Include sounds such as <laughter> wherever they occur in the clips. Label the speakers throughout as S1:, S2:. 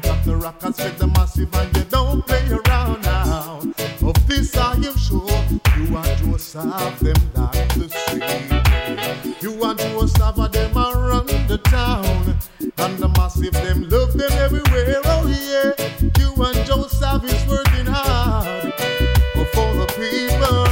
S1: cause check the massive and you don't play around now. Of this I am sure, you and Joseph, them dark the street. You and Joseph, are them around the town. And the massive, them love them everywhere, oh yeah. You and Joseph is working hard for the people.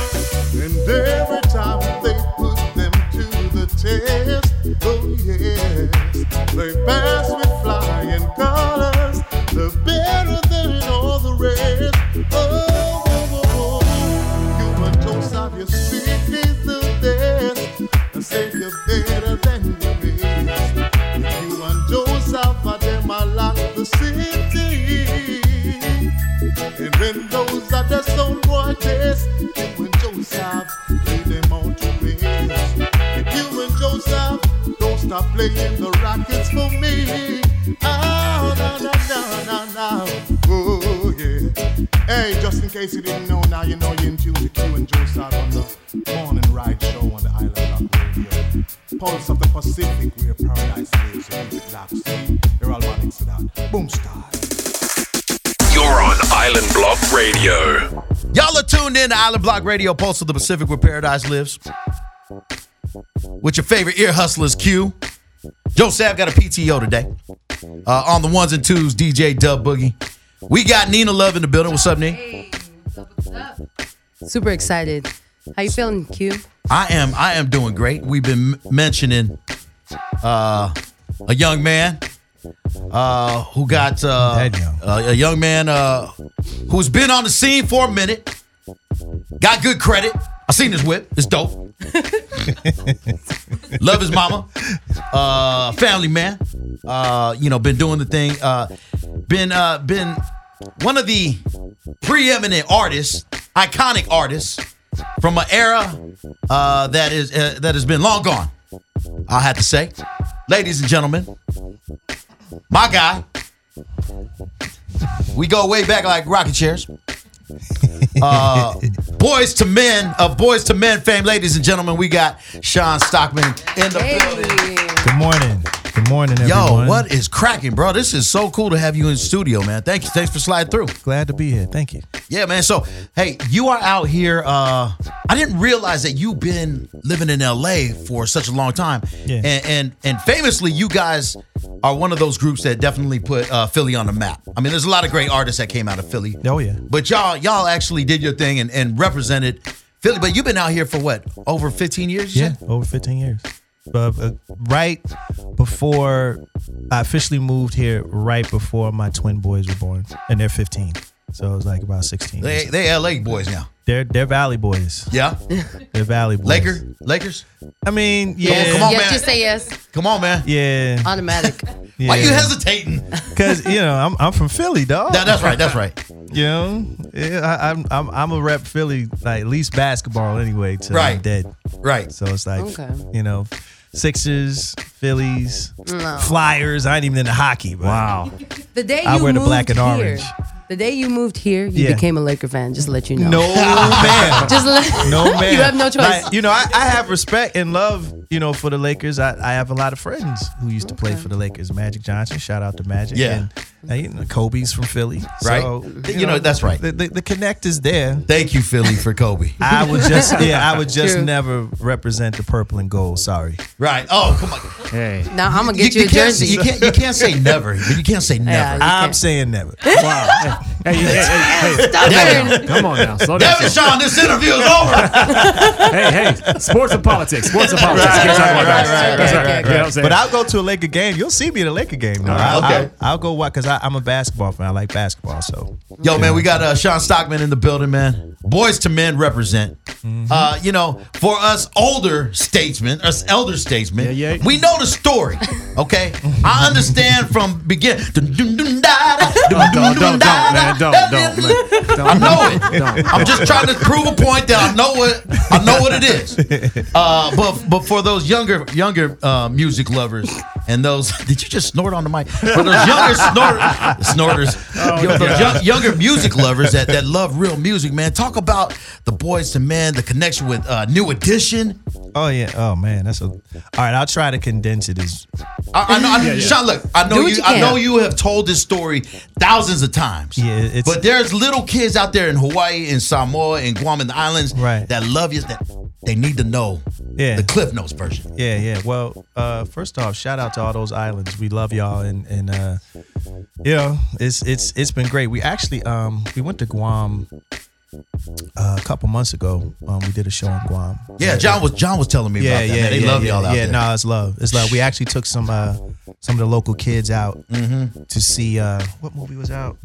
S1: And every time they put them to the test, oh yes, they pass with flying colors. They're better than all the rest. Oh, oh, oh, oh. you and Joseph, you speak is the best. I say you're better than the rest. You and Joseph are them I lock the city. And when those are the sound watches, you and Joseph play them out to rest. You and Joseph don't stop playing the rockets for me. Ah, na na na na na. Oh yeah. Hey, just in case you didn't know, now you know you're in tune to Q and Joseph on the morning ride show on the Island Rock Radio. Pulse of the Pacific, where paradise lives, and music locks. They're all running to that. Boom stars.
S2: You're on Island Block Radio.
S3: Y'all are tuned in to Island Block Radio, Pulse of the Pacific, where paradise lives. With your favorite ear hustlers, Q. Joe Sav got a PTO today. Uh, on the ones and twos, DJ Dub Boogie. We got Nina Love in the building. What's up, Nina?
S4: Hey, what's up, what's up? Super excited. How you feeling, Q?
S3: I am. I am doing great. We've been m- mentioning uh, a young man uh, who got uh,
S5: That young.
S3: a- a young man uh, who's been on the scene for a minute. Got good credit. I seen this whip. It's
S5: <laughs>
S3: dope. Love his mama. Uh, family man. Uh, you know, been doing the thing. Uh, been uh, been one of the preeminent artists, iconic artists from an era uh, that is uh, that has been long gone. I have to say, ladies and gentlemen, my guy. We go way back like rocket chairs. Uh, boys to men of boys to men fame, ladies and gentlemen, we got Sean Stockman in the building.
S4: Hey,
S5: Good morning. Good morning,
S3: Yo,
S5: everyone.
S3: what is cracking, bro? This is so cool to have you in studio, man. Thank you. Thanks for sliding through.
S5: Glad to be here. Thank you.
S3: Yeah, man. So, hey, you are out here. Uh, I didn't realize that you've been living in LA for such a long time.
S5: Yeah.
S3: And, and and famously, you guys are one of those groups that definitely put uh, Philly on the map. I mean, there's a lot of great artists that came out of Philly.
S5: Oh, yeah.
S3: But y'all y'all actually did your thing and, and represented Philly. But you've been out here for what over 15 years? you
S5: Yeah,
S3: said?
S5: over 15 years. But uh, right before I officially moved here, right before my twin boys were born, and they're 15. So it was like about 16.
S3: They they LA boys now.
S5: They're they're Valley boys.
S3: Yeah.
S5: They're Valley boys.
S3: Laker Lakers.
S5: I mean, yeah,
S3: come on.
S4: yes,
S3: man.
S4: just say yes.
S3: Come on, man.
S5: yeah.
S4: Automatic.
S5: yeah.
S3: Why you hesitating?
S5: Because you know I'm I'm from Philly, dog.
S3: That- that's right. That's right.
S5: You know, yeah, I, I'm I'm I'm a rep Philly like at least basketball anyway. Till I'm
S3: Right.
S5: dead.
S3: Right.
S5: So it's like,
S4: Okay.
S5: you know, Sixers, Phillies, Flyers. I ain't even into hockey. But wow.
S4: The day you
S5: I wear
S4: moved
S5: the black and
S4: here,
S5: orange.
S4: the day you moved here, you
S5: Yeah.
S4: became a Laker fan. Just to let you know.
S3: <laughs>
S5: No man.
S4: Just let,
S5: <laughs> No man.
S4: You have no choice.
S5: Like, you know, I, I have respect and love, you know, for the Lakers. I, I have a lot of friends who used to play for the Lakers. Magic Johnson, shout out to Magic.
S3: Yeah.
S5: And, uh, you know, Kobe's from Philly.
S3: Right.
S5: So,
S3: You know, that's right.
S5: The, the, the connect is there.
S3: Thank you, Philly, for Kobe. <laughs>
S5: I would just, yeah, I would just
S4: True.
S5: never represent the purple and gold. Sorry.
S3: Right. Oh, come on.
S6: Hey.
S4: <laughs> now I'm gonna get you,
S3: you,
S4: a
S3: can't,
S4: jersey.
S3: you can't you can't say never, but you can't say
S4: Yeah,
S3: never.
S4: you
S5: I'm
S4: can't. <laughs>
S5: saying never.
S6: Wow. hey, hey, hey, hey,
S4: Stubborn.
S6: Come on now. Slow down.
S3: Never, Sean. This interview is over.
S6: hey, hey. Sports and politics. Sports and politics.
S3: Right,
S6: Can't talk
S3: right,
S6: about
S3: right,
S6: that.
S3: right,
S6: That's
S4: right,
S6: right.
S4: okay,
S6: You know what I'm saying?
S5: But I'll go to a Laker game. You'll see me at a Laker game. though. I'll,
S3: okay.
S5: I'll, I'll go watch because I'm a basketball fan. I like basketball. So
S3: Yo, man, we got uh, Sean Stockman in the building, man. Boys to men represent. Uh, you know, for us older statesmen, us elder statesmen,
S6: Yeah, yeah.
S3: we know the story. Okay, I understand from begin. Mm-hmm. <laughs> Don't,
S6: don't, don't, don't, don't, man. Don't, don't, man. Don't,
S3: I know it.
S6: Don't.
S3: I'm just trying to prove a point that I know what I know what it is. Uh, but but for those younger younger uh, music lovers, And those, <laughs> did you just snort on the mic? For those younger snort, snorters, you know, those young, younger music lovers that, that love real music, man, talk about the boys to men, the connection with uh, New Edition.
S5: Oh yeah. Oh man, that's a. All right, I'll try to condense it as
S3: I, I know, I, Sean, look, I know
S4: Do what
S3: you,
S4: you
S3: I
S4: can.
S3: know you have told this story thousands of times.
S5: Yeah, it's-
S3: but there's little kids out there in Hawaii and Samoa and Guam and the islands
S5: Right.
S3: that love you that they need to know
S5: Yeah.
S3: the Cliff Notes version.
S5: Yeah, yeah. Well, uh, first off, shout out to all those islands. We love y'all, and and uh, you know, it's it's it's been great. We actually um we went to Guam uh, a couple months ago. Um, we did a show in Guam.
S3: Yeah, John was John was telling me about
S5: Yeah,
S3: that.
S5: yeah,
S3: man. They
S5: yeah,
S3: love
S5: yeah,
S3: y'all out
S5: yeah,
S3: there.
S5: no, it's love. It's love. We actually took some uh, some of the local kids out
S3: Mm-hmm.
S5: to see uh, what movie was out.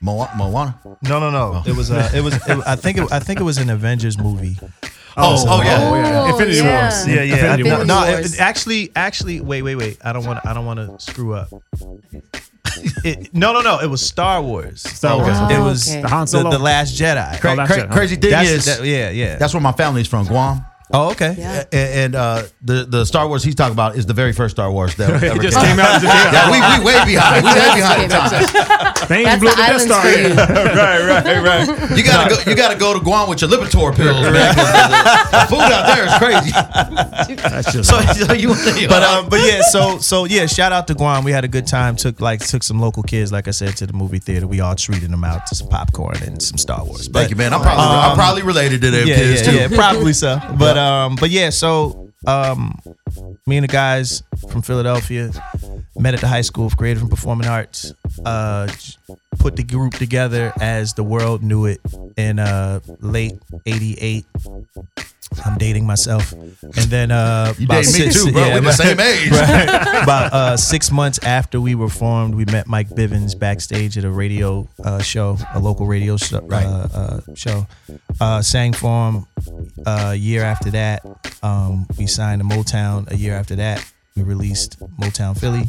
S3: Mo- Moana.
S5: No, no,
S3: Oh.
S5: no. It was uh, it was it, I think it, I think it was an Avengers movie.
S3: Oh, oh, yeah.
S4: Oh,
S6: Infinity
S4: yeah.
S6: Wars.
S4: Yeah,
S6: Infinity
S4: Infinity
S6: Wars.
S5: No, it-
S4: Wars.
S5: it actually, actually, wait, wait, wait. I don't want. to I don't want to screw up. It- no, no, no. It was Star Wars.
S6: Star Wars.
S4: Oh,
S5: It was
S4: okay.
S5: the,
S6: Han Solo.
S5: the Last Jedi.
S3: Cra-
S6: that's
S3: cra-
S6: it, huh?
S3: crazy thing
S5: That's-
S3: is,
S5: that- yeah, yeah.
S3: that's where my family's from, Guam.
S5: oh, okay.
S4: Yeah.
S3: And, and uh, the the Star Wars he's talking about is the very first Star Wars <laughs> that ever
S6: It just
S3: came.
S6: came out. Just came
S3: Yeah, we, we way behind. We way behind the
S4: That's
S3: times.
S6: out. They
S4: That's
S6: ain't blew
S4: the
S6: the Death
S4: islands
S6: Star
S4: for you.
S6: yet. right, right, right.
S3: You gotta go. You gotta go to Guam with your Lipitor pills, man. 'cause the, the food out there is crazy.
S6: That's just
S3: So, so you,
S5: But
S3: Uh-huh.
S5: um, but yeah. So so yeah. Shout out to Guam. We had a good time. Took like took some local kids, like I said, to the movie theater. We all treated them out to some popcorn and some Star Wars. But um,
S3: thank you, man. I'm probably I'm probably related to them
S5: yeah,
S3: kids
S5: yeah,
S3: too.
S5: yeah, probably
S3: <laughs>
S5: so. But um, but yeah, so um, me and the guys from Philadelphia met at the High School of Creative and Performing Arts. Uh, j- put the group together as the world knew it in uh late '88. I'm dating myself, and then uh,
S3: You date me too, bro.
S5: yeah,
S3: We're the same age.
S5: about uh, six months after we were formed, we met Mike Bivens backstage at a radio uh, show, a local radio show.
S3: Right.
S5: Uh, uh, show. Uh, sang for him uh, a year after that. Um, we signed to Motown a year after that. We released Motown Philly,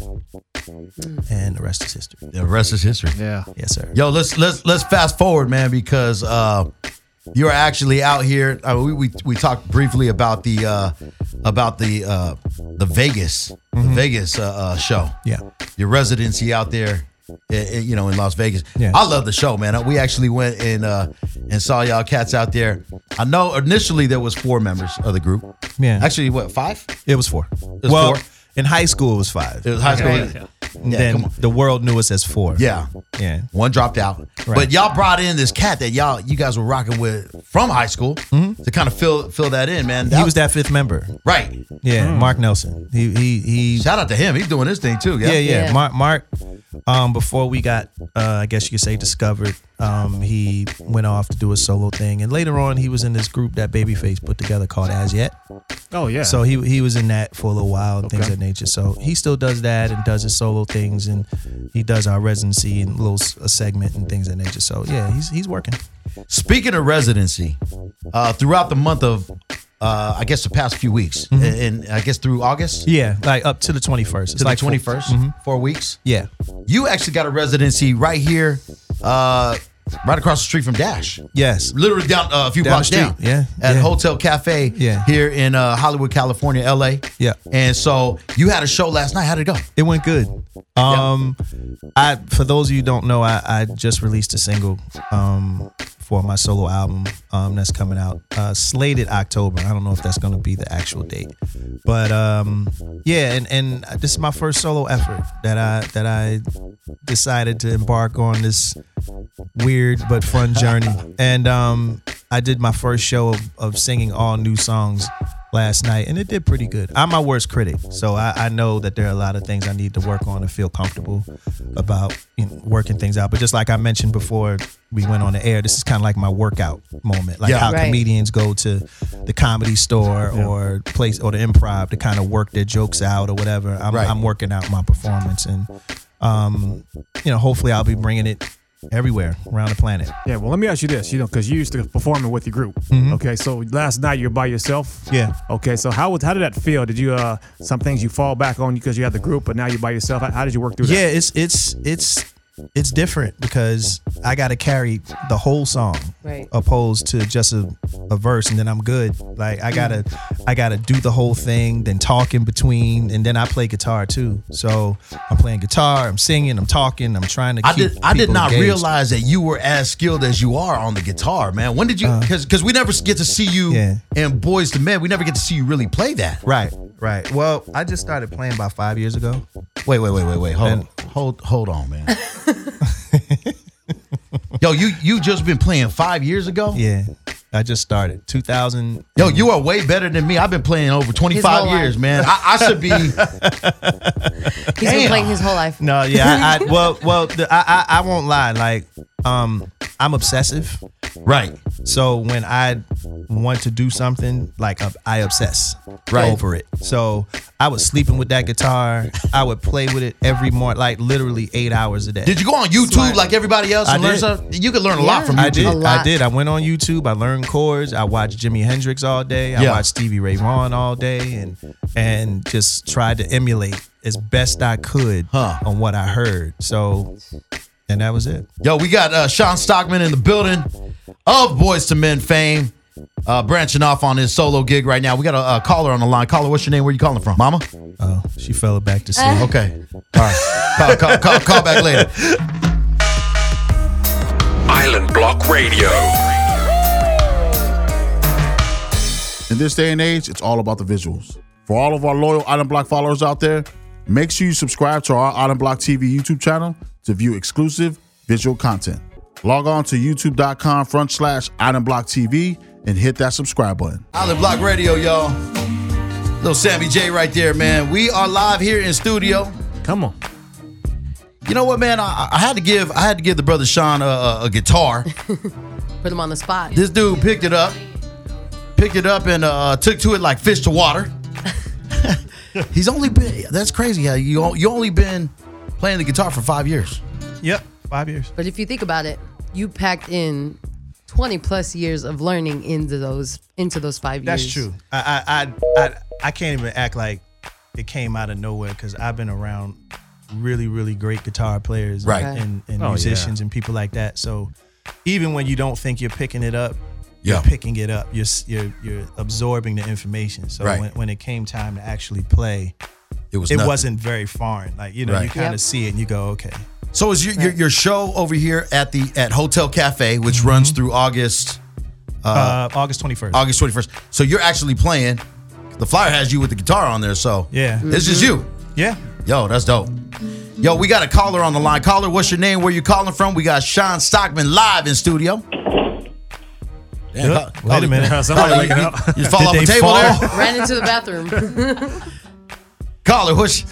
S5: and the rest is history.
S3: The rest is history.
S6: yeah.
S5: Yes, sir.
S3: Yo, let's let's let's fast forward, man, because uh, you're actually out here. I mean, we, we we talked briefly about the uh, about the uh, the Vegas
S5: Mm-hmm.
S3: the Vegas uh, uh, show.
S5: Yeah.
S3: your residency out there, i- i- you know, in Las Vegas.
S5: Yeah.
S3: I love the show, man. We actually went and uh, and saw y'all cats out there. I know initially there was four members of the group.
S5: Yeah.
S3: Actually, what five?
S5: It was four.
S3: was
S5: well,
S3: four.
S5: in high school it was five.
S3: It was high school.
S6: Yeah, yeah,
S5: And
S3: yeah, come
S5: then
S3: on.
S5: the world knew us as four.
S3: Yeah.
S5: Yeah.
S3: One dropped out, but y'all brought in this cat that y'all you guys were rocking with from high school to kind of fill fill that in, man.
S5: Mm-hmm. He was that fifth member.
S3: right.
S5: Yeah,
S3: Hmm.
S5: Mark Nelson. He he he
S3: Shout out to him. He's doing his thing too. Yeah,
S5: yeah, yeah.
S4: Yeah.
S5: Mark, Mark. Um, before we got, uh, I guess you could say, discovered, um, he went off to do a solo thing, and later on, he was in this group that Babyface put together called As Yet.
S6: Oh yeah.
S5: So he he was in that for a little while and things
S6: Okay.
S5: of that nature. So he still does that and does his solo things, and he does our residency and little s- a segment and things of that nature. So yeah, he's he's working.
S3: Speaking of residency, uh, throughout the month of, uh, I guess the past few weeks,
S5: Mm-hmm.
S3: and, and I guess through August
S5: Yeah, like up to the twenty first.
S3: to
S5: like Mm-hmm.
S3: the twenty first, four weeks.
S5: Yeah,
S3: You actually got a residency right here, uh, right across the street from Dash.
S5: yes.
S3: Literally down uh, a few
S5: Down the
S3: blocks
S5: street,
S3: down,
S5: yeah,
S3: at
S5: yeah.
S3: Hotel Cafe,
S5: Yeah.
S3: here in uh, Hollywood, California, L.A.
S5: Yeah.
S3: and so you had a show last night. How did it go?
S5: It went good. Um, I for those of you who don't know, I, I just released a single um, for my solo album um, that's coming out uh, slated October. I don't know if that's going to be the actual date, but um, yeah, and and this is my first solo effort that I that I decided to embark on this weird but fun journey. and um, I did my first show of, of singing all new songs last night, and it did pretty good. I'm my worst critic, so I, I know that there are a lot of things I need to work on to feel comfortable about you know, working things out. But just like I mentioned before we went on the air, this is kind of like my workout moment, like
S3: Yeah.
S5: how
S4: Right.
S5: comedians go to the comedy store or place or the improv to kind of work their jokes out or whatever. I'm,
S3: Right.
S5: I'm working out my performance and. Um, you know, hopefully I'll be bringing it everywhere around the planet.
S6: yeah. Well, let me ask you this. You know, because you used to performing with your group. Okay. So last night you're by yourself.
S5: Yeah.
S6: Okay. So how was how did that feel? Did you uh some things you fall back on because you had the group, but now you're by yourself? How, how did you work through
S5: Yeah,
S6: that?
S5: it's it's it's it's different because I got to carry the whole song,
S4: Right.
S5: Oh, opposed to just a, a verse and then I'm good. Like I gotta, I gotta do the whole thing, then talk in between, and then I play guitar too. So I'm playing guitar, I'm singing, I'm talking, I'm trying to.
S3: I
S5: keep
S3: did. I did
S5: people
S3: not
S5: engaged.
S3: realize that you were as skilled as you are on the guitar, man. When did you? Because because we never get to see you
S5: Uh-huh. Yeah.
S3: in Boys to Men. We never get to see you really play that.
S5: Right, right. Well, I just started playing about five years ago.
S3: Wait, wait, wait, wait, wait. Hold, hold, hold on, man. <laughs> Yo, you you just been playing five years ago.
S5: Yeah, I just started 2000.
S3: Yo, you are way better than me. I've been playing over twenty
S4: whole
S3: five
S4: life.
S3: years, man. I, I should be.
S4: <laughs> He's been playing his whole life.
S5: No, yeah, I,
S3: <laughs>
S5: I well, well, the, I, I I won't lie. Like, um, I'm obsessive.
S3: right,
S5: So when I want to do something, like I- I obsess
S3: Right.
S5: over it. So I was sleeping with that guitar. I would play with it every morning, like literally eight hours a day.
S3: did you go on YouTube like everybody else
S5: I
S3: and learn
S5: did.
S3: something? You could learn a lot
S4: Yeah.
S3: from YouTube.
S5: I did.
S4: A lot.
S5: I did. I went on YouTube. I learned chords. I watched Jimi Hendrix all day. I
S3: Yeah.
S5: watched Stevie Ray Vaughan all day, and and just tried to emulate as best I could
S3: Huh.
S5: on what I heard. So, and that was it.
S3: Yo, we got uh, Sean Stockman in the building of Boys to Men fame, uh, branching off on his solo gig right now. We got a, uh caller on the line. Caller, what's your name? Where you calling from? Mama?
S5: Oh, she fell back to sleep.
S3: <laughs> Okay. All right. Call, call, call, call back later.
S2: Island Block Radio.
S7: In this day and age, it's all about the visuals. For all of our loyal Island Block followers out there, make sure you subscribe to our Island Block TV YouTube channel to view exclusive visual content. Log on to youtube.com front slash Island Block TV and hit that subscribe button.
S3: Island Block Radio, y'all. Little Sammy J right there, man. We are live here in studio.
S6: Come on.
S3: You know what, man? I, I had to give I had to give the brother Sean a, a, a guitar.
S4: Put him on the spot.
S3: This dude picked it up, picked it up, and uh, took to it like fish to water. <laughs> He's only been that's crazy how you you only been playing the guitar for five years.
S5: Yep, five years.
S4: But if you think about it, you packed in 20 plus years of learning into those into those five
S5: That's
S4: years.
S5: true. I I, I I I can't even act like it came out of nowhere because I've been around really really great guitar players,
S3: Right.
S5: And, and
S6: Oh,
S5: musicians and people like that. So even when you don't think you're picking it up,
S3: Yeah.
S5: you're picking it up. You're s- you're you're absorbing the information. So
S3: Right.
S5: when, when it came time to actually play,
S3: It was
S5: it
S3: nothing.
S5: wasn't very foreign. Like you know,
S3: Right.
S5: you kind of
S4: Yep.
S5: see it and you go, okay,
S3: So is your, your your show over here at the at Hotel Cafe, which runs
S5: Mm-hmm.
S3: through August
S5: uh, August twenty first.
S3: August twenty first. So you're actually playing. The flyer has you with the guitar on there. So
S5: Yeah. Mm-hmm.
S3: this is you.
S5: Yeah.
S3: Yo, that's dope. Yo, we got a caller on the line. Caller, what's your name? Where you calling from? We got Sean Stockman live in studio. Damn,
S5: Yep.
S3: call-
S5: Wait a minute.
S6: <laughs> Somebody
S3: Caller,
S6: waking
S3: you,
S6: up.
S3: you fall
S5: Did
S3: off the
S5: they
S3: table
S5: fall?
S3: there.
S4: Ran into the
S5: <laughs>
S4: bathroom.
S3: <laughs> Caller, what's?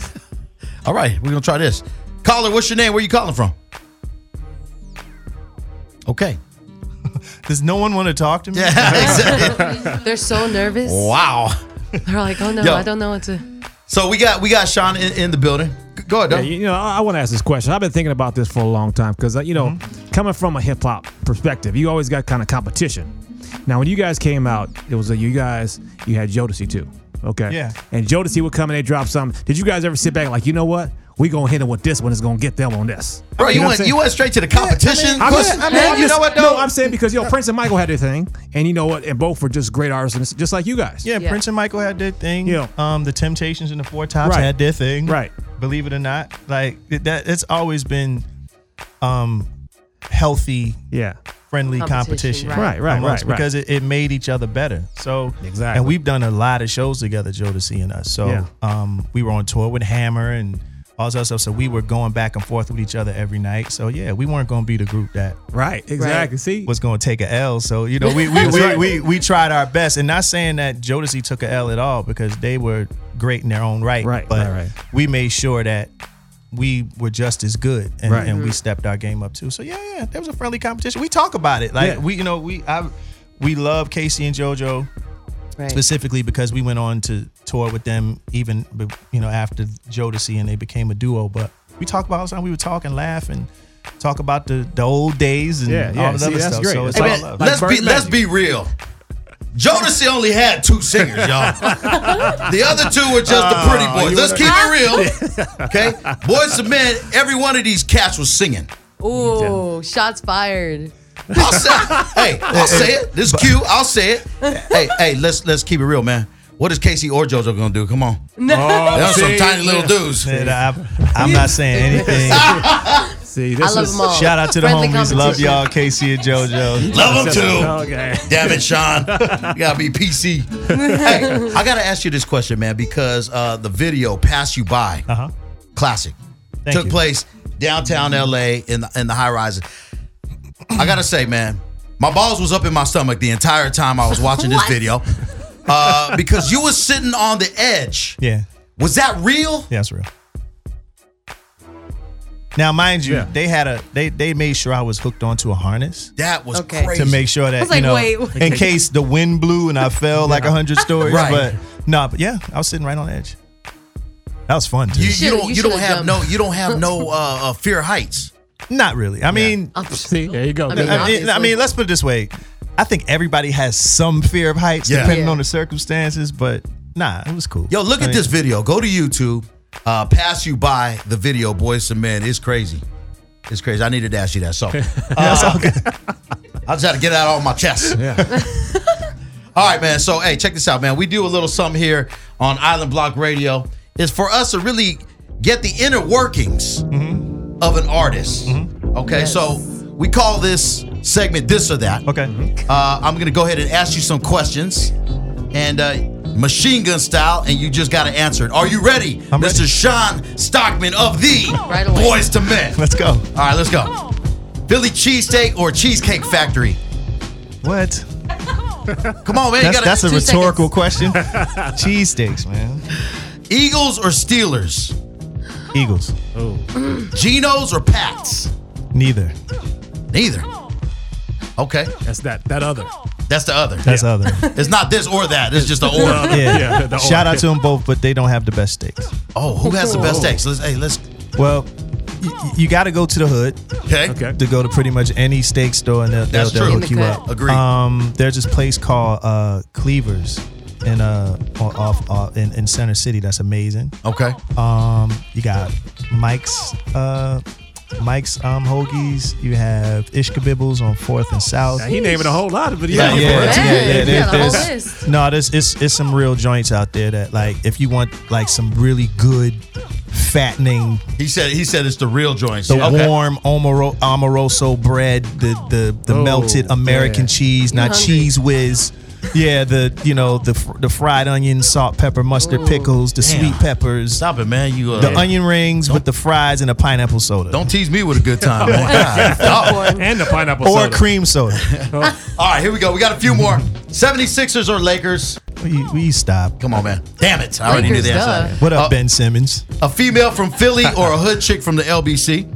S3: All right, we're gonna try this. Caller, what's your name? Where you calling from? Okay. <laughs>
S5: Does no one want to talk to me?
S3: Yeah. exactly.
S4: They're so nervous.
S3: wow.
S4: They're like, oh no,
S3: Yo.
S4: I don't know what to.
S3: So we got we got Sean in, in the building. Go ahead,
S6: Yeah,
S3: though.
S6: you know, I, I want to ask this question. I've been thinking about this for a long time because, uh, you know,
S3: Mm-hmm.
S6: coming from a hip hop perspective, you always got kind of competition. Now, when you guys came out, it was like you guys, you had Jodeci too. Okay.
S5: Yeah.
S6: And Jodeci would come and they drop something. Did you guys ever sit back and like, you know what? we going to hit them with this one. It's going to get them on this.
S3: Bro, you,
S6: know what I'm
S3: went
S6: saying?
S3: you went straight to the competition.
S6: I'm just,
S3: question?
S6: I mean,
S3: Man,
S6: I'm
S3: you
S6: just-
S3: know what
S6: No,
S3: though?
S6: I'm saying because, yo, Prince and Michael had their thing. And you know what? And both were just great artists, just like you guys.
S5: Yeah,
S4: Yeah.
S5: Prince and Michael had their thing.
S6: Yeah.
S5: Um, the Temptations and the Four Tops
S6: Right.
S5: had their thing.
S6: Right.
S5: Believe it or not, like it- that, it's always been, um, healthy,
S6: Yeah.
S5: friendly
S4: Competition,
S5: competition.
S6: Right, right,
S5: Amongst-
S6: right, right.
S5: Because it, it made each other better. So
S6: Exactly.
S5: And we've done a lot of shows together, Jodeci and us. So
S6: Yeah.
S5: um, we were on tour with Hammer and all that stuff. So we were going back and forth with each other every night. So yeah, we weren't going to be the group that
S6: Right. Exactly. See?
S5: was going to take a L. So you know, we we, we, we we tried our best, and not saying that Jodeci took a L at all because they were great in their own right.
S6: Right,
S5: but
S6: right, right.
S5: we made sure that we were just as good, and,
S6: Right.
S5: and we stepped our game up too. So yeah, yeah, there was a friendly competition. We talk about it, like
S6: Yeah.
S5: we you know we I we love Casey and JoJo
S4: Right.
S5: specifically because we went on to tour with them even be- you know after Jodeci and they became a duo. But we talk about all the time. We would talk and laugh and talk about the, the old days and
S6: Yeah, yeah.
S5: all the
S6: See,
S5: other
S6: that's
S5: stuff.
S6: great.
S5: So it's
S6: <laughs> Hey,
S5: all
S6: man,
S5: love.
S3: Let's
S6: Like
S3: be
S6: Burt
S3: let's
S6: Lange.
S3: be real. Jodeci only had two singers, y'all.
S6: <laughs>
S3: the other two were just
S6: Uh,
S3: the pretty boys. Let's keep it
S6: <laughs>
S3: real. Okay? Boys to men, every one of these cats was singing.
S4: Ooh, shots fired.
S3: I'll say
S6: <laughs>
S3: Hey, I'll say it. This is Q. I'll say it. Hey, hey, let's let's keep it real, man. What is Casey or JoJo gonna do? Come on.
S6: <laughs>
S3: They're some tiny little dudes.
S5: And I, I'm not saying
S6: <laughs>
S5: anything.
S6: See, this
S4: I love
S6: is
S4: them all.
S5: Shout out to the
S4: Friendly
S5: homies. Love
S4: competition.
S5: y'all, Casey and JoJo.
S3: Love them
S6: uh,
S3: too.
S6: Okay.
S3: Damn it, Sean. You gotta be PC. hey, I gotta ask you this question, man, because uh, the video "Pass You By"
S5: Uh-huh.
S3: classic
S5: Thank
S3: took
S5: you.
S3: place downtown LA in the, in the high rises. I gotta say, man, my balls was up in my stomach the entire time I was watching this
S4: What?
S3: video uh, because you was sitting on the edge.
S5: Yeah,
S3: Was that real?
S5: yeah, that's real. Now, mind you,
S6: Yeah.
S5: they had a they they made sure I was hooked onto a harness
S3: That was
S4: Okay. To
S3: crazy.
S5: to make sure that
S4: was like,
S5: you know,
S4: wait, what?
S5: in case the wind blew and I fell like a hundred stories.
S3: Right.
S5: But no, but yeah, I was sitting right on the edge. That was fun too.
S3: you, you
S4: should've-
S3: don't
S4: you
S3: you don't
S4: should've
S3: have no
S4: jumped.
S3: you don't have no uh, uh, fear of heights.
S5: Not really. I mean,
S4: <laughs>
S6: See, there you go.
S4: I mean,
S5: I mean, I
S4: Obviously.
S5: mean, let's put it this way. I think everybody has some fear of heights,
S3: Yeah.
S5: depending
S4: Yeah.
S5: on the circumstances. But nah, it was cool.
S3: Yo, look
S5: I
S3: at
S5: mean,
S3: this video. Go to YouTube. Uh, pass you by the video, boys and men. It's crazy. It's crazy. I needed to ask you that. So uh, I just had to get it out on my chest.
S6: yeah.
S3: <laughs> All right, man. So hey, check this out, man. We do a little something here on Island Block Radio. It's for us to really get the inner workings of an artist. Okay, so we call this segment this or that.
S5: Okay. <laughs>
S3: Uh, I'm gonna go ahead and ask you some questions, and uh, machine gun style, and you just gotta answer it. Are you ready,
S5: I'm
S3: Mr.
S5: ready.
S3: Sean Stockman of the
S4: Right away.
S3: Boys to Men? All
S5: Let's go.
S3: right, let's go. Philly cheesesteak or cheesecake factory?
S5: What?
S3: Come on, man.
S5: That's,
S3: you gotta,
S5: that's a
S4: two
S5: rhetorical
S4: <laughs>
S5: question. Cheesesteaks, man.
S3: Eagles or Steelers?
S5: Eagles.
S4: Oh.
S3: Geno's or Pats?
S5: Neither.
S3: Neither. Okay,
S6: That's that. That other.
S3: that's the other.
S5: That's other.
S4: <laughs>
S3: It's not this or that. It's just the or.
S5: Yeah.
S6: Yeah,
S5: <laughs>
S6: the
S5: Shout out
S6: orange.
S5: to them both, but they don't have the best steaks.
S3: <laughs> Oh, who has the best steaks? Let's hey, let's
S5: Well, y- you got to go to the hood
S3: okay.
S6: Okay.
S5: to go to pretty much any steak store, and they'll, they'll,
S3: That's
S5: they'll
S3: true.
S5: hook you
S4: Okay.
S5: up.
S3: Agreed.
S5: Um, there's this place called uh, Cleavers in uh on- off uh, in, in Center City. That's amazing.
S3: okay.
S5: Um, you got Mike's uh, Mike's um hoagies. You have Ishka Bibbles on Fourth and South.
S6: He naming a whole lot of videos.
S5: Yeah, yeah, yeah,
S4: Dang,
S5: yeah,
S4: you
S5: there's-
S4: got a whole
S5: there's-
S4: list.
S5: no, there's it's it's some real joints out there that like if you want like some really good fattening,
S3: He said he said it's the real joints.
S5: the
S3: Okay.
S5: warm omaro- omaroso bread, the the the
S6: Oh,
S5: melted American
S6: yeah.
S5: cheese,
S4: You
S5: not
S4: hungry.
S5: cheese whiz. Yeah, the you know the fr- the fried onion, salt, pepper, mustard,
S4: Ooh.
S5: pickles, the
S3: Damn.
S5: sweet peppers,
S3: Stop it, man. You uh,
S5: the onion rings with the fries and a pineapple soda.
S3: Don't tease me with a good time,
S5: <laughs>
S3: man. God, dog.
S6: And the pineapple
S5: or
S6: soda.
S5: cream soda.
S3: All right, here we go. We got a few more. 76ers or Lakers?
S5: we, we stop.
S3: Come on, man. Damn it. I already knew the
S4: Lakers,
S3: answer.
S5: What up,
S3: Uh,
S5: Ben Simmons?
S3: A female from Philly or a hood chick from the LBC?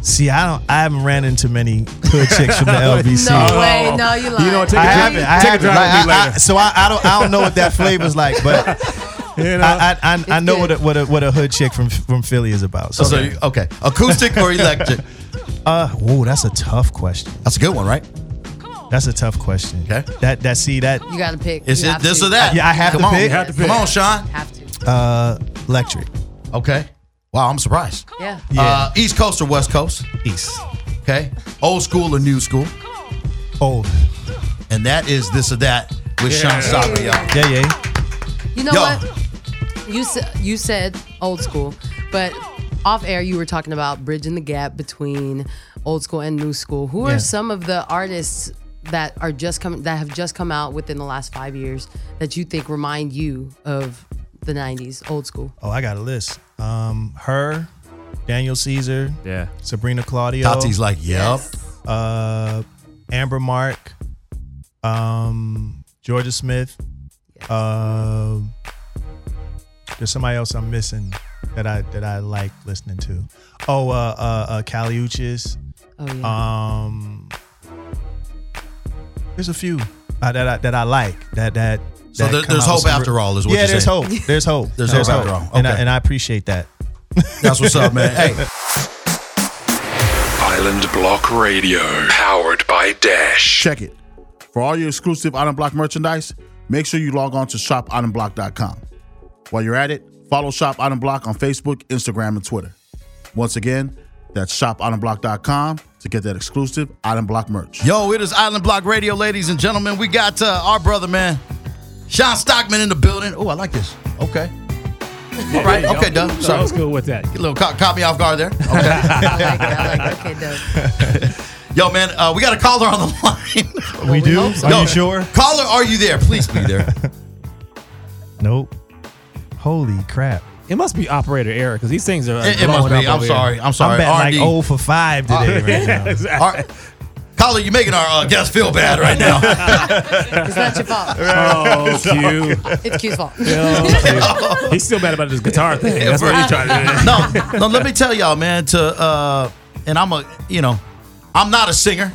S5: See, I don't. I haven't ran into many hood chicks from the LBC.
S4: No way, no, you lying.
S6: Oh. You know what? Take
S5: I
S6: a drink-
S5: haven't. I
S6: take
S5: haven't.
S6: a drive
S5: Like,
S6: with me
S5: I- I-
S6: later.
S5: so I, I don't. I don't know what that flavor's like, but
S6: you know?
S5: I I, I, I know
S4: good.
S5: what a, what a what a hood chick from from Philly is about. So,
S3: So, okay. okay. Acoustic or electric?
S5: uh, whoa, that's a tough question.
S3: That's a good one, right?
S5: That's a tough question.
S3: Okay.
S5: That that see that
S4: You gotta pick.
S3: Is
S4: You
S3: it
S4: have
S3: this
S4: to.
S3: or that?
S5: Yeah, I have
S3: Come
S5: to
S3: on.
S5: pick.
S6: You have to pick.
S3: Come on, Sean.
S4: Have to.
S5: uh electric
S3: Okay. Wow, I'm surprised.
S4: Yeah.
S3: Uh, East Coast or West Coast?
S5: east
S3: Okay. Old school or new school?
S5: old
S3: And that is this or that with Sean Stockman, y'all.
S5: yeah yeah
S4: You know
S3: Yo.
S4: what? You sa- you said old school, but off air you were talking about bridging the gap between old school and new school. Who
S5: Yeah.
S4: are some of the artists that are just coming that have just come out within the last five years that you think remind you of the '90s old school?
S5: oh I got a list um her Daniel Caesar
S6: yeah.
S5: Sabrina Claudio
S3: Tati's like, yep.
S5: uh, Amber Mark, um, Georgia Smith. Uh, there's somebody else I'm missing that I that I like listening to. Oh, uh, uh, uh Cali Uchis.
S4: Oh yeah.
S5: Um, there's a few uh, that I, that I like. That that.
S3: So
S5: that
S3: there-
S5: come
S3: there's
S5: out with
S3: hope
S5: some
S3: after
S5: re-
S3: all is what
S5: yeah,
S3: you're
S5: there's
S3: saying.
S5: hope. There's hope.
S3: <laughs> There's hope after all.
S5: And, I,
S3: Okay.
S5: and I appreciate that.
S3: That's what's up,
S5: <laughs>
S3: man. Hey.
S2: Island Block Radio. Powered by Dash.
S7: Check it. For all your exclusive Item Block merchandise, make sure you log on to shopitemBlock.com. While you're at it, follow Shop Item Block on Facebook, Instagram, and Twitter. Once again, that's shopitemBlock.com to get that exclusive Item Block merch.
S3: Yo, it is Island Block Radio, ladies and gentlemen. We got uh, our brother, man, Sean Stockman in the building. Oh, I like this. Okay. All right. Okay, Doug.
S6: So I
S3: Sorry.
S6: was cool with that.
S3: A little ca- caught me off guard there.
S4: I like it. I like it. Okay, dope.
S3: Yo, man, uh, we got a caller on the line. <laughs>
S5: we do.
S4: hope so.
S5: Are
S3: Yo,
S5: you sure?
S3: Caller, are you there? Please be there.
S5: Nope. Holy crap!
S6: It must be operator error because these things are. uh,
S3: It, it must be. I'm sorry. I'm
S5: I'm
S3: sorry.
S5: betting like
S3: R&D.
S5: old for five today. right
S3: <laughs>
S5: now.
S6: exactly.
S3: All right. Caller, you're making our uh, guests feel bad right now.
S4: It's not your fault.
S5: <laughs>
S6: Oh, Q.
S4: It's Q's fault.
S6: Oh, Q. He's still mad about this guitar thing. That's what he's trying to do.
S3: no, no. Let me tell y'all, man. To uh, and I'm a, you know, I'm not a singer.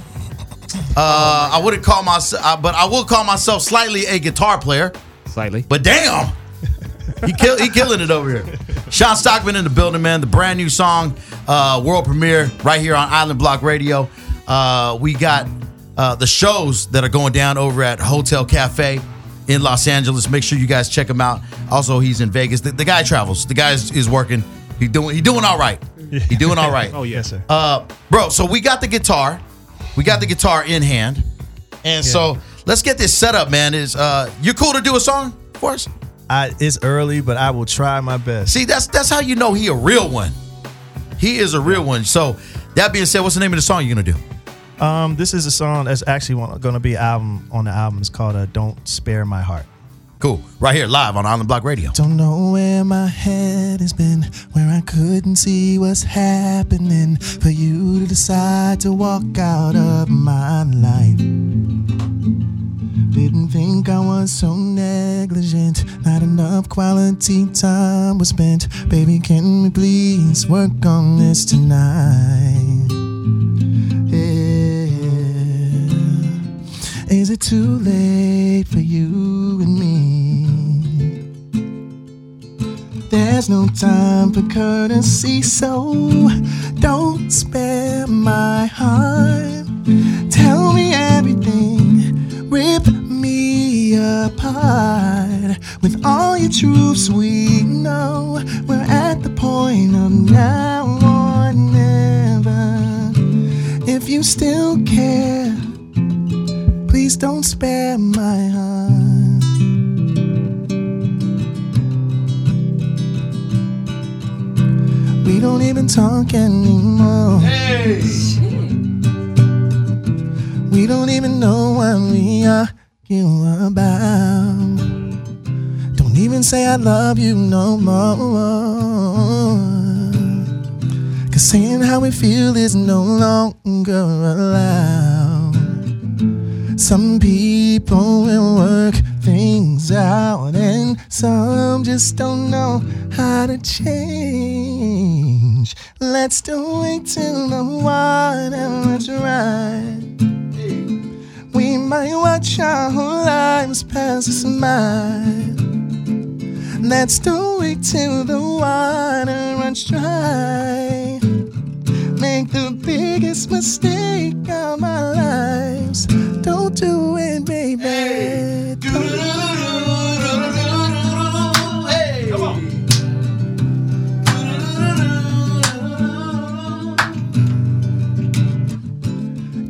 S3: Uh, I wouldn't call myself, uh, but I will call myself slightly a guitar player.
S6: Slightly.
S3: But damn, he kill, he killing it over here. Sean Stockman in the building, man. The brand new song, uh, world premiere right here on Island Block Radio. Uh, we got uh, the shows that are going down over at Hotel Cafe in Los Angeles. Make sure you guys check him out. Also, he's in Vegas. The, the guy travels. The guy is, is working. He doing he doing all right. He doing all right.
S6: <laughs> Oh, yes, sir.
S3: Uh, bro, so we got the guitar. We got the guitar in hand. And so let's get this set up, man. Is uh you cool to do a song for us?
S5: I, it's early, but I will try my best.
S3: See, that's that's how you know he a real one. He is a real one. So that being said, what's the name of the song you're gonna do?
S5: Um, this is a song that's actually going to be album on the album. It's called uh, "Don't Spare My Heart."
S3: Cool. Right here, live on Island Block
S5: <laughs>
S3: Radio.
S5: Don't know where my head has been, where I couldn't see what's happening. For you to decide to walk out of my life. Didn't think I was so negligent. Not enough quality time was spent. Baby, can we please work on this tonight? Yeah. Is it too late for you and me? There's no time for courtesy, so don't spare my heart. Tell me everything, rip me apart. With all your truths, we know we're at the point of now or never. If you still care, please don't spare my heart. We don't even talk anymore. We don't even know what we argue about. Don't even say I love you no more. Cause saying how we feel is no longer allowed. Some people will work things out, and some just don't know how to change. Let's do it till the water's right. We might watch our whole lives pass us by. Let's do it till the water runs dry. Make the biggest mistake of our lives. Don't do it, baby.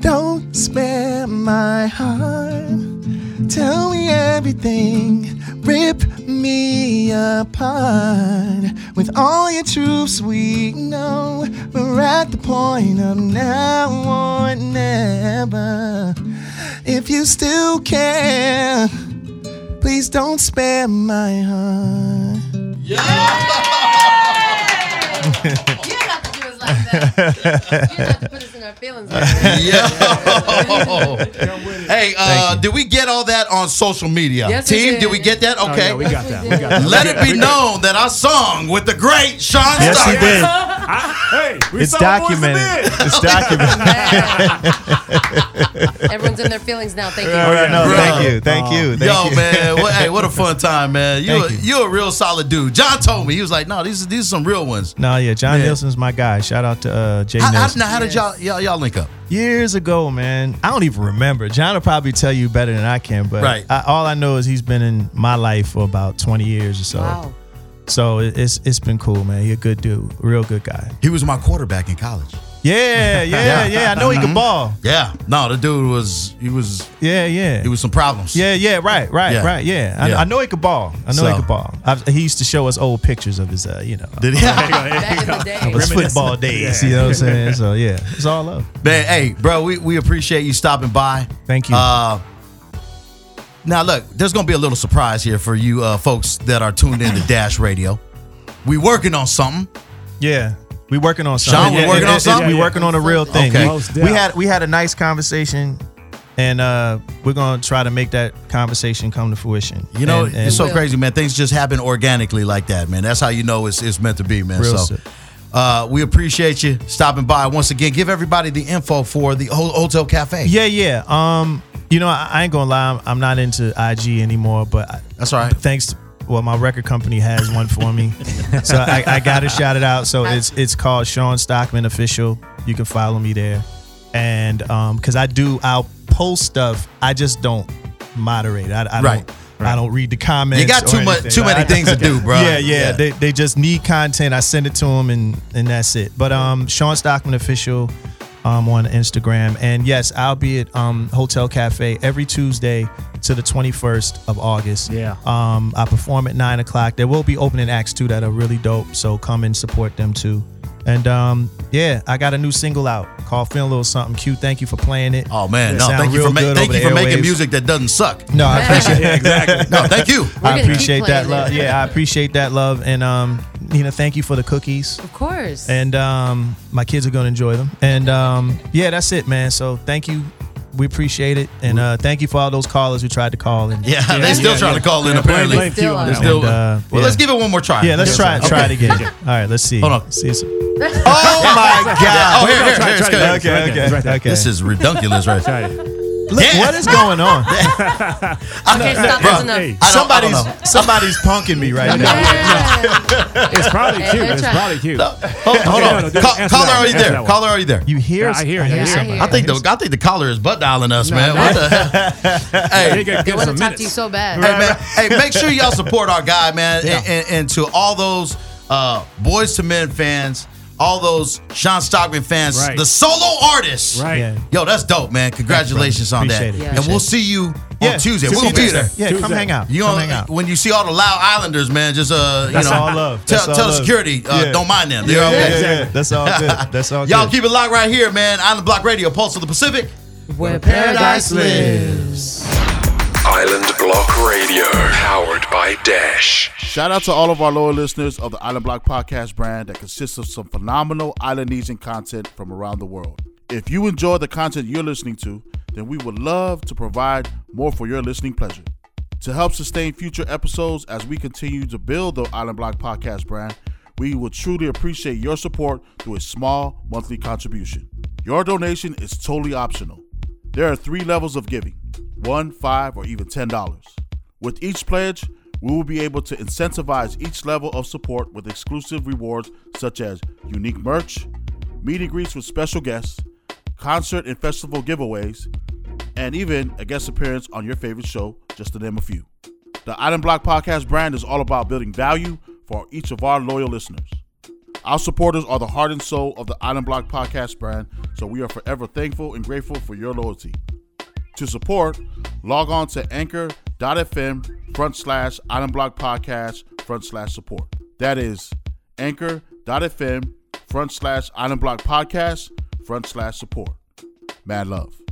S5: Don't spare my heart. Tell me everything. Rip me apart. With all your truths, we know we're at the point of now or never. If you still care, please don't spare my heart.
S4: You don't have to do us like that. You don't have to put us in our feelings. Like that.
S3: Yo. <laughs> hey, uh, did we get all that on social media?
S4: Yes, we
S3: Team,
S4: did.
S3: we get that?
S6: Oh,
S3: Okay.
S6: yeah, we got that. We got that.
S3: Let it be known that I sung with the great Sean
S5: Yes, he
S3: Stockman.
S5: did.
S6: Hey, we
S5: It's
S6: saw the boys in
S5: documented.
S6: bed. <laughs>
S5: It's documented.
S4: <laughs> Everyone's in their feelings now. Thank you.
S5: no,
S3: Bruh.
S5: thank you, thank you, thank
S3: Yo,
S5: you.
S3: man, what, hey, what a fun time,
S5: <laughs>
S3: man. You, a,
S5: Thank you.
S3: you a real solid dude. John told me he was like, no, these these are some real ones.
S5: No, yeah, John
S3: Yeah.
S5: Nielsen's my guy. Shout out to uh, Jay
S3: How, how,
S5: Nielsen.
S3: now, how did y'all, y'all y'all link up?
S5: Years ago, man. I don't even remember. John will probably tell you better than I can, but
S3: Right.
S5: I, all I know is he's been in my life for about 20 years or so.
S4: Wow.
S5: So it- it's it's been cool, man. He a good dude, real good guy.
S8: He was my quarterback in college.
S5: Yeah, yeah, yeah. I know he can ball.
S8: Yeah. No, the dude was he was
S5: Yeah, yeah.
S8: he was some problems.
S3: <laughs>
S5: Yeah, yeah, right, right,
S8: Yeah.
S5: right. Yeah. I,
S8: Yeah.
S5: I know he could ball. I know he
S8: So-
S5: could ball. I've, he used to show us old pictures of his, uh, you know,
S8: Did he?
S4: Back in the day.
S5: his football days. You know what I'm saying? So yeah, it's all up.
S3: Man, hey, bro, we, we appreciate you stopping by.
S5: Thank you.
S3: Uh, now, look, there's going to be a little surprise here for you uh, folks that are tuned in to Dash Radio. We working on something.
S5: Yeah. We working on something.
S3: Sean, we
S5: Uh, Yeah,
S3: working
S5: it-
S3: on
S5: it-
S3: something?
S5: We
S6: Yeah, yeah.
S5: working on a real thing.
S3: Okay.
S6: Most
S5: We, we
S6: definitely.
S5: had we had a nice conversation, and uh, we're gonna try to make that conversation come to fruition.
S3: You know,
S5: And- and-
S3: it's so
S4: Will.
S3: crazy, man. Things just happen organically like that, man. That's how you know it's, it's meant to be, man.
S5: Real
S3: so,
S5: shit.
S3: uh, we appreciate you stopping by once again. Give everybody the info for the Ho- Hotel Cafe.
S5: yeah, yeah. Um, you know, I, I ain't gonna lie, I'm, I'm not into IG anymore, but I,
S3: That's all right.
S5: thanks. To, well, my record company has one for
S3: <laughs>
S5: me, so I, I gotta shout it out. So it's it's called Sean Stockman Official. You can follow me there, and um, because I do, I'll post stuff. I just don't moderate. I, I
S3: Right.
S5: don't. I don't read the comments.
S3: You got
S5: or
S3: too much-
S5: anything.
S3: too
S5: Like,
S3: many
S5: I-
S3: things to
S5: <laughs>
S3: do, bro.
S5: Yeah, yeah.
S3: Yeah.
S5: They, they just need content. I send it to them, and and that's it. But um, Sean Stockman official, um, on Instagram, and yes, I'll be at um Hotel Cafe every Tuesday to the twenty first of August.
S6: Yeah.
S5: Um, I perform at nine o'clock. There will be opening acts too that are really dope. So come and support them too. And um, yeah, I got a new single out called "Feeling a Little Something." Q, thank you for playing it.
S3: Oh, man.
S5: It
S3: No,
S5: sound
S3: thank you
S5: real
S3: for, ma-
S5: good
S3: thank
S5: over
S3: you
S5: the
S3: for making
S5: airwaves.
S3: music that doesn't suck.
S5: No, I
S3: <laughs>
S5: appreciate it. <laughs>
S3: No, thank you.
S4: We're
S5: I
S4: gonna keep
S5: appreciate
S4: playing
S5: that love.
S4: it.
S5: Yeah, I appreciate that love. And um, Nina, thank you for the cookies.
S4: Of course.
S5: And um, my kids are gonna enjoy them. And um, yeah, that's it, man. So thank you. We appreciate it. And uh, thank you for all those callers who tried to call.
S3: <laughs>
S5: And
S3: Yeah, they still trying to call in, apparently.
S4: blame Still on
S3: They're
S4: that
S3: still-
S5: one. And, uh,
S3: well, let's
S5: yeah.
S3: give it one more try.
S5: Yeah, let's try it.
S3: Okay.
S5: Try it again. <laughs> All right, let's see.
S3: Hold on.
S5: See you soon.
S3: Oh,
S5: <laughs>
S3: my God. Oh, here, here, here. It's good.
S5: Okay, okay,
S6: there, it's right there.
S5: okay.
S3: This is ridiculous right
S6: Try it.
S5: Look,
S3: Yeah.
S5: what is going on?
S4: okay, stop.
S3: Bro, I
S4: That's enough.
S6: hey.
S3: don't- I don't
S5: somebody's
S3: know.
S5: <laughs> somebody's punking me right now.
S4: Yeah.
S6: It's probably
S4: Hey,
S6: cute.
S4: they're
S6: It's
S4: trying-
S6: probably
S3: <laughs>
S6: cute.
S3: Hold, hold
S5: <laughs>
S6: No,
S3: on.
S6: no, don't
S3: Call,
S6: answer
S3: caller,
S6: that
S3: are
S6: one.
S3: you
S6: Answer
S3: there?
S6: that one.
S3: Caller, are you there?
S5: You hear?
S6: Yeah, I hear it.
S4: Yeah,
S6: I hear
S4: I
S6: something.
S4: hear
S3: I think the I think the caller is butt dialing us, man. What the hell?
S5: <laughs>
S6: They
S3: hey,
S6: got
S4: They
S6: good
S4: want
S6: for
S4: to talk to you
S6: minutes.
S4: so bad.
S3: hey, man, hey, make sure y'all support our guy, man, and, and, and to all those uh, boys to men fans, all those Sean Stockman fans,
S6: Right.
S3: the solo artists.
S6: Right.
S5: Yeah.
S3: Yo, that's dope, man. Congratulations on that.
S5: Appreciate it.
S4: Yeah.
S3: And we'll see you on Tuesday. We'll
S5: Tuesday.
S3: be there.
S5: Yeah, come
S6: Tuesday.
S5: hang out.
S3: You
S5: come
S3: know,
S5: hang out.
S3: when you see all the loud Islanders, man, just uh, you
S5: That's
S3: know,
S5: all love.
S3: tell,
S5: That's all
S3: tell
S5: love.
S3: security, uh,
S5: Yeah.
S3: don't mind them. They're
S5: Yeah,
S3: okay.
S5: yeah, yeah. That's all good. That's all
S3: Y'all
S5: good.
S3: keep it locked right here, man. Island Block Radio, Pulse of the Pacific.
S4: Where paradise lives.
S2: Island Block Radio, powered by Dash.
S7: Shout out to all of our loyal listeners of the Island Block Podcast brand that consists of some phenomenal Islandese and content from around the world. If you enjoy the content you're listening to, then we would love to provide more for your listening pleasure. To help sustain future episodes as we continue to build the Island Block Podcast brand, we would truly appreciate your support through a small monthly contribution. Your donation is totally optional. There are three levels of giving one, five, or even ten dollars. With each pledge, we will be able to incentivize each level of support with exclusive rewards such as unique merch, meet and greets with special guests, concert and festival giveaways, and even a guest appearance on your favorite show, just to name a few. The Item Block Podcast brand is all about building value for each of our loyal listeners. Our supporters are the heart and soul of the Island Block Podcast brand, so we are forever thankful and grateful for your loyalty. To support, log on to anchor.fm front slash Island Block Podcast front slash support. That is anchor.fm front slash Island Block Podcast front slash support. Mad love.